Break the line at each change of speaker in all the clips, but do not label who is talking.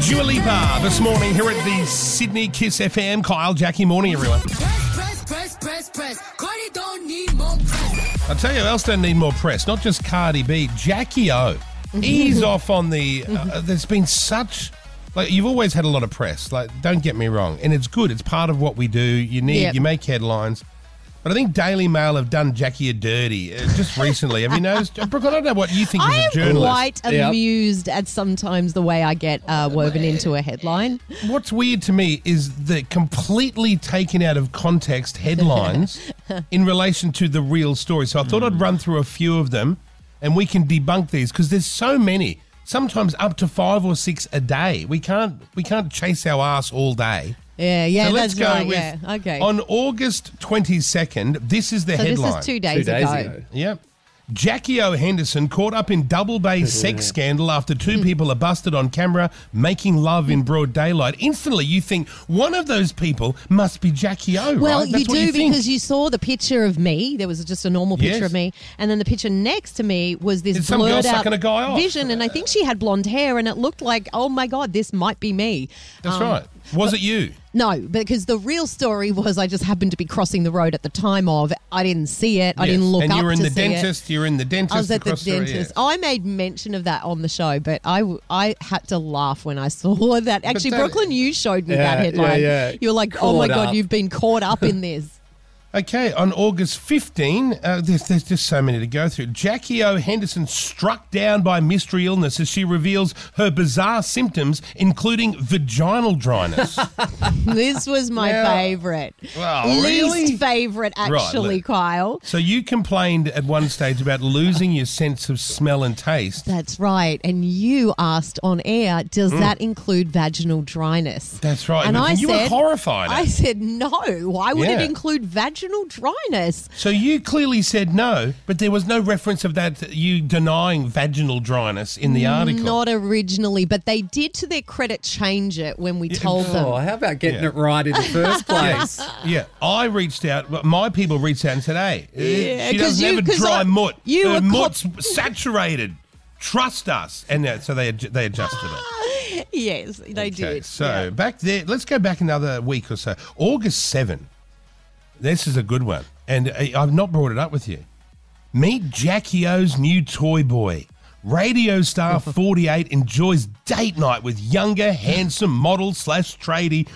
Dua Lipa this morning here at the Sydney Kiss FM. Kyle, Jackie, morning everyone.
Press, press, press, press, press. Cardi don't need more press.
I'll tell you who else don't need more press. Not just Cardi B, Jackie O. Ease off on the. Uh, there's been such. Like you've always had a lot of press. Like don't get me wrong, and it's good. It's part of what we do. You need.
Yep.
You make headlines. But I think Daily Mail have done Jackie a dirty uh, just recently. Have you noticed, Brooke? I don't know what you think
I
as
am
a journalist.
quite amused at sometimes the way I get uh, woven into a headline.
What's weird to me is the completely taken out of context headlines in relation to the real story. So I thought
Hmm.
I'd run through a few of them and we can debunk these because there's so many. Sometimes up to five or six a day. We can't we can't chase our ass all day.
Yeah, yeah,
so let's
that's
go
right.
with
yeah, okay.
on August twenty second. This is the
so
headline.
this is two days,
two days
ago.
ago.
Yep. Jackie O. Henderson caught up in Double Bay sex scandal after two people are busted on camera making love in broad daylight. Instantly, you think one of those people must be Jackie O.
Well,
right?
you
That's
do
what think.
because you saw the picture of me. There was just a normal picture
Yes.
of me, and then the picture next to me was this
It's some girl
blurred out
sucking a guy off.
vision, and I think she had blonde hair, and it looked like, oh my god, this might be me.
That's
Um,
right. Was it you?
No, because the real story was I just happened to be crossing the road at the time of. I didn't see it. I
Yes.
didn't look
and
up
you were in
to
the
see it.
dentist. You were in the dentist.
I was at the
across road,
dentist. Oh,
yeah.
I made mention of that on the show, but I, w- I had to laugh when I saw that. Actually,
that-
Brooklyn News showed me
Yeah,
that headline.
yeah, yeah.
You're like, oh my
Caught
God,
up.
you've been caught up in this.
Okay, on August 15, uh, there's, there's just so many to go through. Jackie O. Henderson struck down by mystery illness as she reveals her bizarre symptoms, including vaginal dryness.
this was my
Well-
favorite.
Well,
Least
really?
favorite, actually,
look.
Kyle.
So you complained at one stage about losing your sense of smell and taste.
That's right. And you asked on air, does that include vaginal dryness?
Hmm. That's right.
And
Vicky.
I
you
said,
were horrified.
I said, no. Why would
Yeah.
it include vaginal dryness?
so you clearly said no, but there was no reference of that you denying vaginal dryness in the article.
Not originally, but they did, to their credit, change it when we told them.
Oh, how about getting
Yeah.
it right in the first place?
yeah, I reached out. but My people reached out and said, "Hey, eh,
Yeah,
she
'cause
doesn't
you-
have a
'cause
dry
I-
mutt.
you
Her
were cop-
mutt's saturated. Trust us." And uh, so they ad- they adjusted it.
Yes, they
Okay,
did.
so
Yeah.
back there, let's go back another week or so. August 7. This is a good one. And I- I've not brought it up with you. Meet Jackie O's new toy boy. Radio star 48 enjoys date night with younger, handsome model slash tradie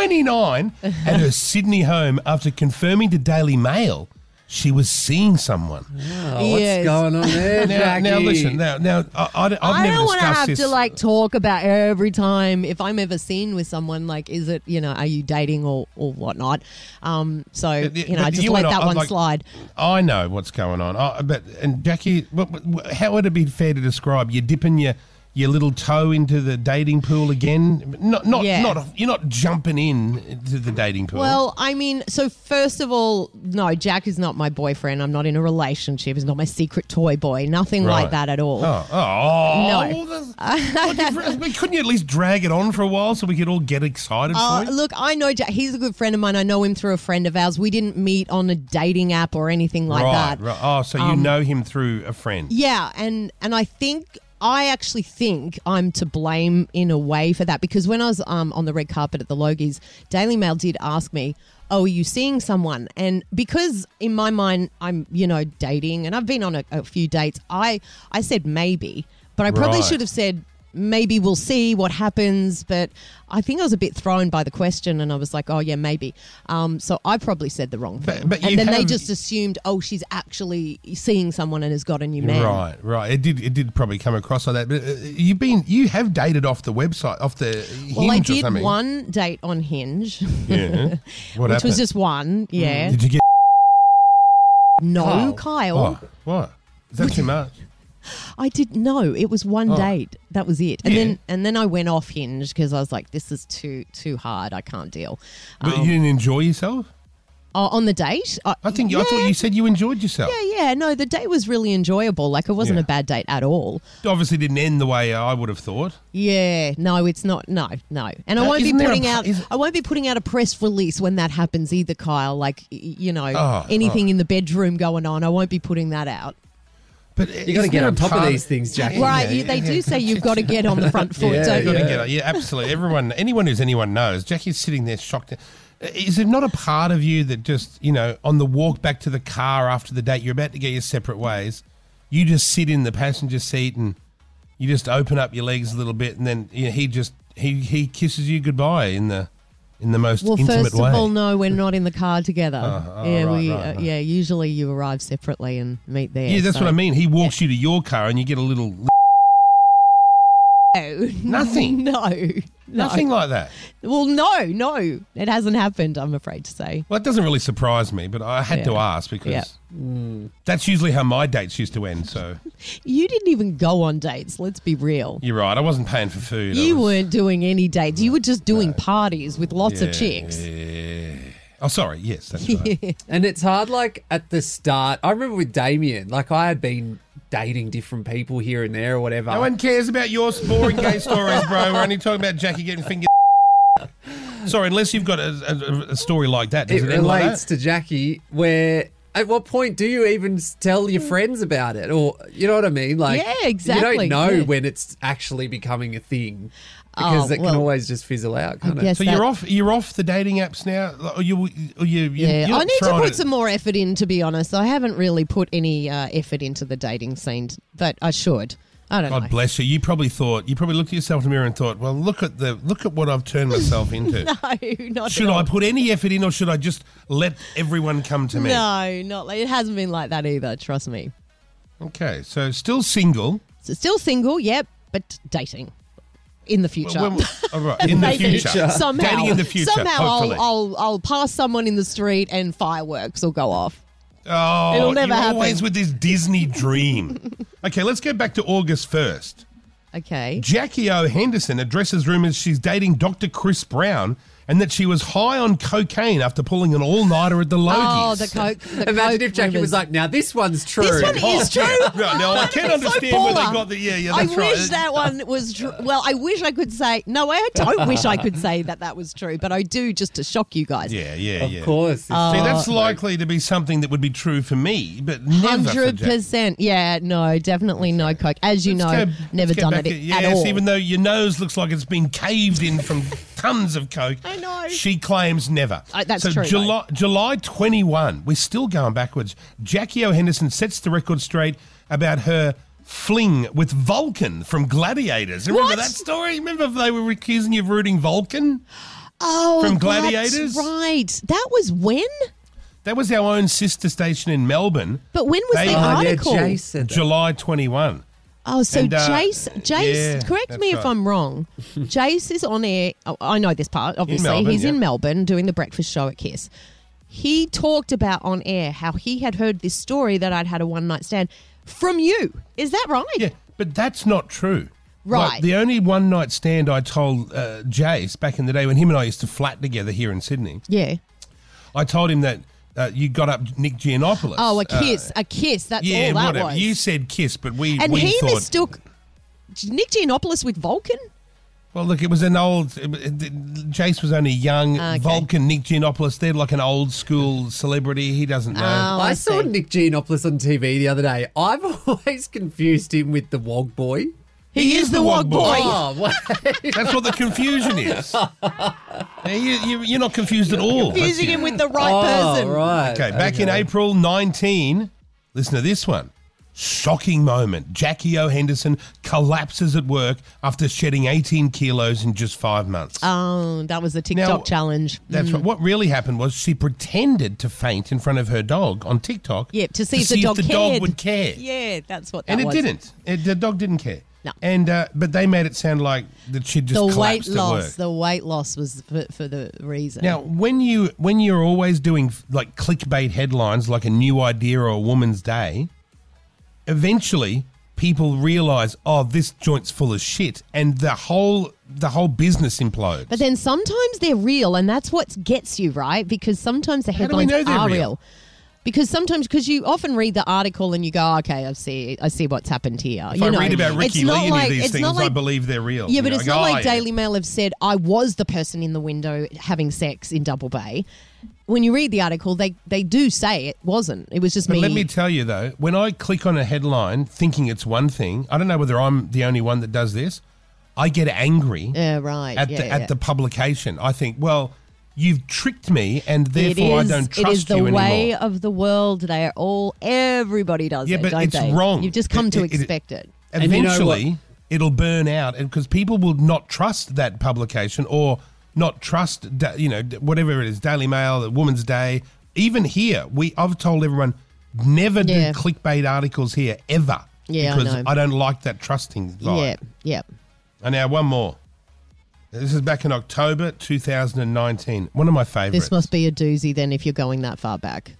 29 at her Sydney home after confirming to Daily Mail she was seeing someone.
Oh, what's
Yes.
going on there,
Now,
Jackie?
now listen, now, now I, I, I've
I
never
don't want to
discussed
have
this.
to like talk about every time if I'm ever seen with someone. Like, is it you know, are you dating or or whatnot? Um, so
But
you know, I just
and
let that
I'm
one
like,
slide.
I know what's going on. I, but and Jackie, wh- wh- how would it be fair to describe? You're dipping your your little toe into the dating pool again. Not not
Yeah.
not. You're not jumping in to the dating pool.
Well, I mean, so first of all, no, Jack is not my boyfriend. I'm not in a relationship. He's not my secret toy boy. Nothing like
Right.
that at all.
Oh, oh
No.
well, that's- what difference- but couldn't you at least drag it on for a while so we could all get excited
Uh,
for it?
look, I know Jack. He's a good friend of mine. I know him through a friend of ours. We didn't meet on a dating app or anything like
right,
that. Um,
right. Oh, so you know him through a friend.
Yeah, and and I think I actually think I'm to blame in a way for that because when I was um, on the red carpet at the Logies, Daily Mail did ask me, "Oh, are you seeing someone?" And because in my mind I'm you know dating and I've been on a, a few dates, I I said maybe, but I probably
Right.
should have said. Maybe we'll see what happens, but I think I was a bit thrown by the question, and I was like, "Oh yeah, maybe." Um, so I probably said the wrong thing,
but you
and then they
have-
just assumed, "Oh, she's actually seeing someone and has got a new man."
Right, right. It did. It did probably come across like that. But uh, you've been, you have dated off the website, off the Hinge
Well, I
or
did
something.
one date on Hinge,
Yeah. What
which
happened? Mm.
was just one. Yeah.
Did you get?
No,
Kyle.
Kyle.
Oh, what? Is that too much?
I did no. It was one
Oh.
date. That was it. And
Yeah.
then and then I went off Hinge because I was like, this is too too hard. I can't deal.
But
Um,
you didn't enjoy yourself?
oh, on the date, I,
I think I thought
yeah,
you said you enjoyed yourself.
Yeah, yeah. No, the date was really enjoyable. Like it wasn't
Yeah.
a bad date at all.
It Obviously, didn't end the way I would have thought.
Yeah. No, it's not. No, no. And I
Uh,
won't be
isn't there a
putting
pr-
out.
is-
I won't be putting out a press release when that happens either, Kyle. Like y- you know,
Oh,
anything in the bedroom going on. I won't be putting that out.
But
You got to get on top of these things, Jackie.
Right,
Yeah,
you, they do say you've got to get on the front foot,
Yeah,
don't you?
Got to
yeah.
get on- yeah, absolutely. Everyone, anyone who's anyone knows. Jackie's sitting there shocked. Is there not a part of you that just, you know, on the walk back to the car after the date, you're about to get your separate ways, you just sit in the passenger seat and you just open up your legs a little bit, and then you know, he just he he kisses you goodbye in the in the most
Well,
intimate
first of
way.
all, no, we're not in the car together.
oh,
yeah,
right,
we,
right, right.
Uh, yeah. Usually, you arrive separately and meet there.
yeah, that's
so-
what I mean. He walks you to your car, and you get a little Nothing.
No, no.
nothing like that.
Well, no, no. It hasn't happened. I'm afraid to say.
Well, it doesn't really surprise me, but I had to
Yeah.
ask because Mm.
Yeah.
that's usually how my dates used to end. So
You didn't even go on dates. Let's be real.
you're right. I wasn't paying for food. I
You
was-
weren't doing any dates. You were just doing parties with lots
Yeah,
of chicks.
yeah. Oh, sorry. Yes, that's right.
And it's hard, like, at the start. I remember with Damien, like, I had been dating different people here and there or whatever.
No one cares about your boring gay stories, bro. We're only talking about Jackie getting fingered. Sorry, unless you've got a, a, a story like that. Does
it
it, end like
relates
that?
to Jackie, where at what point do you even s- tell your friends about it? Or, you know what I mean? Like,
Mm. Yeah,
You
exactly,
don't know
yeah.
when it's actually becoming a thing
Oh,
because it can
well,
always just fizzle out, can't it?
guess-
So you're
that-
off. You're off the dating apps now. Like, Or you, or you, you
Yeah,
you're
I need to
trying
put some more effort in, to be honest. I haven't really put any uh, effort into the dating scene, but I should. I don't know.
God bless you. You probably thought. You probably looked at yourself in the mirror and thought, "Well, look at the look at what I've turned myself into.
No, not at
should
all.
I put any effort in, or should I just let everyone come to me?"
No, not like, it hasn't been like that either. Trust me.
Okay, so still single.
So still single, yep, but dating in the future.
Well, when- all right, in the
Maybe.
future.
Somehow,
Dating in the future.
somehow I'll,
hopefully.
I'll I'll pass someone in the street and fireworks will go off.
oh,
It'll never
you're always
happen.
with this Disney dream. okay, let's go back to August 1st.
Okay.
Jackie O. Henderson addresses rumors she's dating Dr. Chris Brown and that she was high on cocaine after pulling an all nighter at the Logies.
Oh, the coke. The coke
Imagine if Jackie
rumors.
was like, now this one's true.
This one is true.
Oh, Right, now I can understand where they
Paula.
got the. Yeah, yeah,
I
that's
wish
right.
that one was true. Well, I wish I could say no. I don't wish I could say that that was true, but I do just to shock you guys.
Yeah, yeah,
Of
yeah.
course. it's
Oh, Uh,
See, that's likely to be something that would be true for me, but never for
Hundred
Jackie.
percent. Yeah, no, definitely no coke. As you know,
Let's go-
never
let's go
done
back
it
to- yes,
at all.
even though your nose looks like it's been caved in from tons of coke.
I know.
She claims never.
Uh, that's
so
true,
July, July 21, we're still going backwards. Jackie O. Henderson sets the record straight about her fling with Vulcan from Gladiators. Remember
What?
that story? Remember they were accusing you of rooting Vulcan?
oh,
from
that's
Gladiators?
right? That was when.
That was our own sister station in Melbourne,
But when was
They-
the
Oh, yeah,
article?
Jason.
July 21.
Oh, so
And, uh,
Jace, Jace,
yeah,
correct me
that's
if
right.
I'm wrong. Jace is on air. Oh, I know this part, obviously.
Melbourne,
He's
yeah.
in Melbourne doing the breakfast show at Kiss. He talked about on air how he had heard this story that I'd had a one night stand from you. Is that right?
Yeah, but that's not true.
Right.
Like, the only one night stand I told uh, Jace back in the day when him and I used to flat together here in Sydney,
Yeah.
I told him that uh, you got up Nick Giannopoulos.
Oh, a
Uh,
kiss. a kiss. That's
yeah,
all that
whatever.
was.
You said kiss, but we
and
we
he
thought. Oh,
mistook Nick Giannopoulos with Vulcan?
well, look, it was an old. It, it, Jace was only young.
Okay.
Vulcan Nick Giannopoulos. They're like an old school celebrity. He doesn't know.
Oh,
I,
I
saw
see.
Nick Giannopoulos on TV the other day. I've always confused him with the Wog Boy.
He is the Wog Boy.
Oh, wow.
That's what the confusion is. Now, you, you, you're not confused at all. That's
Confusing
it.
him with the right
oh
person.
right.
Okay, back in April 19, listen to this one. Shocking moment. Jackie O. Henderson collapses at work after shedding 18 kilos in just five months.
Oh, that was the TikTok challenge.
That's right. What really happened was she pretended to faint in front of her dog on TikTok.
Yeah, to see if the dog cared.
would care.
Yeah, that's what that
And it
was.
didn't. It- the dog didn't care.
No.
And uh, but they made it sound like that she just
the weight
collapsed at work.
loss. The weight loss was for, for the reason.
Now, when you when you're always doing like clickbait headlines, like a new idea or a woman's day, eventually people realize, oh, this joint's full of shit, and the whole the whole business implodes.
but then sometimes they're real, and that's what gets you right because sometimes the
How do we
headlines
know they're
are
real?
real. because sometimes because you often read the article and you go, okay, I see, I see what's happened here.
If
you
I
know,
read about
It's
Ricky Lee
not
and any of
like-
these
it's
things,
not
I
like-
believe they're real.
yeah, but
You know,
it's
I go,
not
"Oh,
like
yeah."
Daily Mail have said I was the person in the window having sex in Double Bay. When you read the article, they they do say it wasn't. It was just
But
me.
let me tell you though, when I click on a headline thinking it's one thing, I don't know whether I'm the only one that does this. I get angry
yeah, uh, right.
at
yeah,
the
yeah.
at the publication. I think, well, you've tricked me, and
It
therefore
is-
I don't trust
It is the
you anymore.
way of the world. They are all everybody does
Yeah,
it,
but
don't
it's
they?
wrong.
You've just come
It-
to
it- it-
expect it.
And you know
Eventually, it'll burn out because people will not trust that publication or not trust, da- you know, d- whatever it is, Daily Mail, the Woman's Day. Even here, we I've told everyone never
Yeah.
do clickbait articles here ever.
Yeah, I
because
know.
I don't like that trusting vibe.
Yeah, yeah.
And now one more. This is back in October 2019. One of my favorites.
This must be a doozy then if you're going that far back.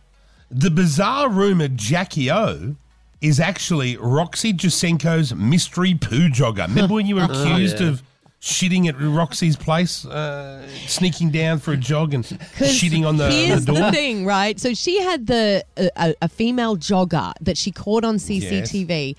The bizarre rumor Jackie O is actually Roxy Jasenko's mystery poo jogger. Remember when you were accused
yeah.
of shitting at Roxy's place, uh, sneaking down for a jog and
'Cause
shitting on the,
here's
the door?
the thing, right? So she had the a, a- a female jogger that she caught on CCTV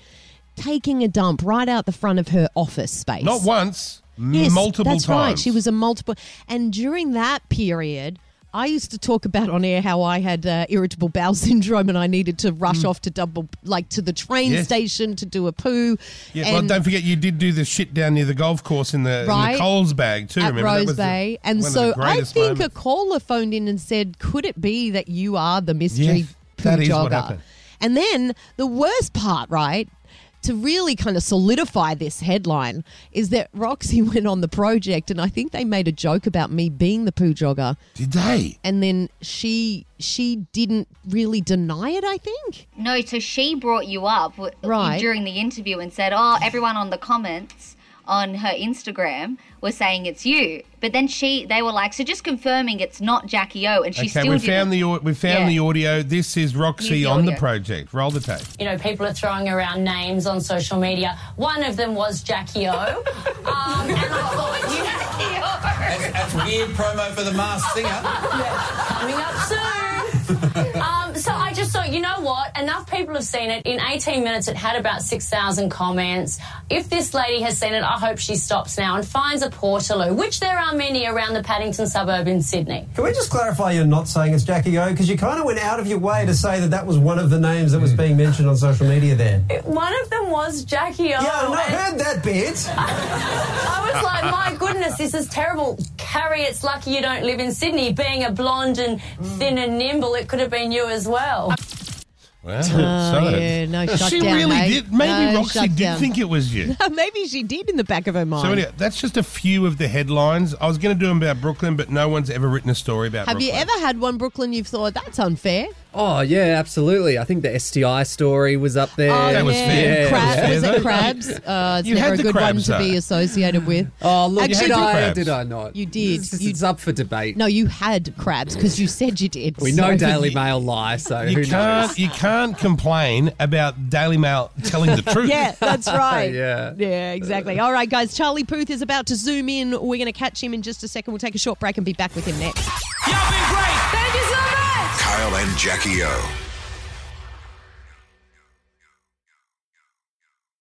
taking a dump right out the front of her office space.
Not once, m-
Yes,
multiple
that's
times.
right. She was a multiple, and during that period. I used to talk about on air how I had uh, irritable bowel syndrome and I needed to rush off to double, like to the train
Hmm. Yes.
station to do a poo.
Yeah,
and
well, don't forget you did do the shit down near the golf course in the, in
Right.
the Coles bag too.
at
remember That
Rose
was the-
Bay. And
one of the
so I
greatest
think a
moments.
caller phoned in and said, Could it be that you are the mystery
Yeah,
poo
that is
jogger?
what happened.
And then the worst part, right? To really kind of solidify this headline is that Roxy went on the project and I think they made a joke about me being the poo jogger
did they?
and then she she didn't really deny it, I think.
No, so she brought you up w-
Right.
during the interview and said, "Oh, everyone on the comments on her Instagram was saying it's you." But then she, they were like, "So just confirming it's not Jackie O," and she
Okay,
still
we
didn't.
found the au- we found
Yeah.
the audio. This is Roxy
Use the
on the
audio.
project. Roll the tape.
you know, people are throwing around names on social media. One of them was Jackie O. Um, and I thought you
That's weird promo for the masked singer.
coming up soon. Um, so I just thought, you know what? Enough people have seen it. In 18 minutes, it had about 6,000 comments. If this lady has seen it, I hope she stops now and finds a Portaloo, which there are many around the Paddington suburb in Sydney.
Can we just clarify you're not saying it's Jackie O? Because you kind of went out of your way to say that that was one of the names that was being mentioned on social media there. Yeah,
One of them was Jackie O.
I know,
Oh, and-
heard that bit.
I was like, my goodness, this is terrible. Carrie, it's lucky you don't live in Sydney. Being a blonde and thin and nimble, it could have been you as well.
Wow.
Oh,
so
yeah, no, shut
she
down,
really
mate.
did. Maybe
No,
Roxy
shut
did
down.
think it was you.
Maybe she did in the back of her mind.
So anyway, that's just a few of the headlines. I was going to do them about Brooklyn, but no one's ever written a story about.
Have you
Brooklyn.
ever had one, Brooklyn, you've thought that's unfair?
Oh yeah, absolutely. I think the STI story was up there.
Oh,
That was
yeah.
fair.
Crab-
That was
was
fair,
it
though.
crabs? Uh, it's
You
never
had
a
the
good
crabs,
one to
though.
be associated with.
Oh look,
Actually,
did
the
I?
crabs.
Did I not?
You did.
It's,
You-
it's up for debate.
No, you had crabs because you said you did.
we know
so-
Daily Mail lie, so
You
who
can't.
knows?
You can't complain about Daily Mail telling the truth.
Yeah, that's
Oh,
right.
Yeah.
Yeah, exactly. All right, guys. Charlie Puth is about to zoom in. We're going to catch him in just a second. We'll take a short break and be back with him next.
Kyle and Jackie O.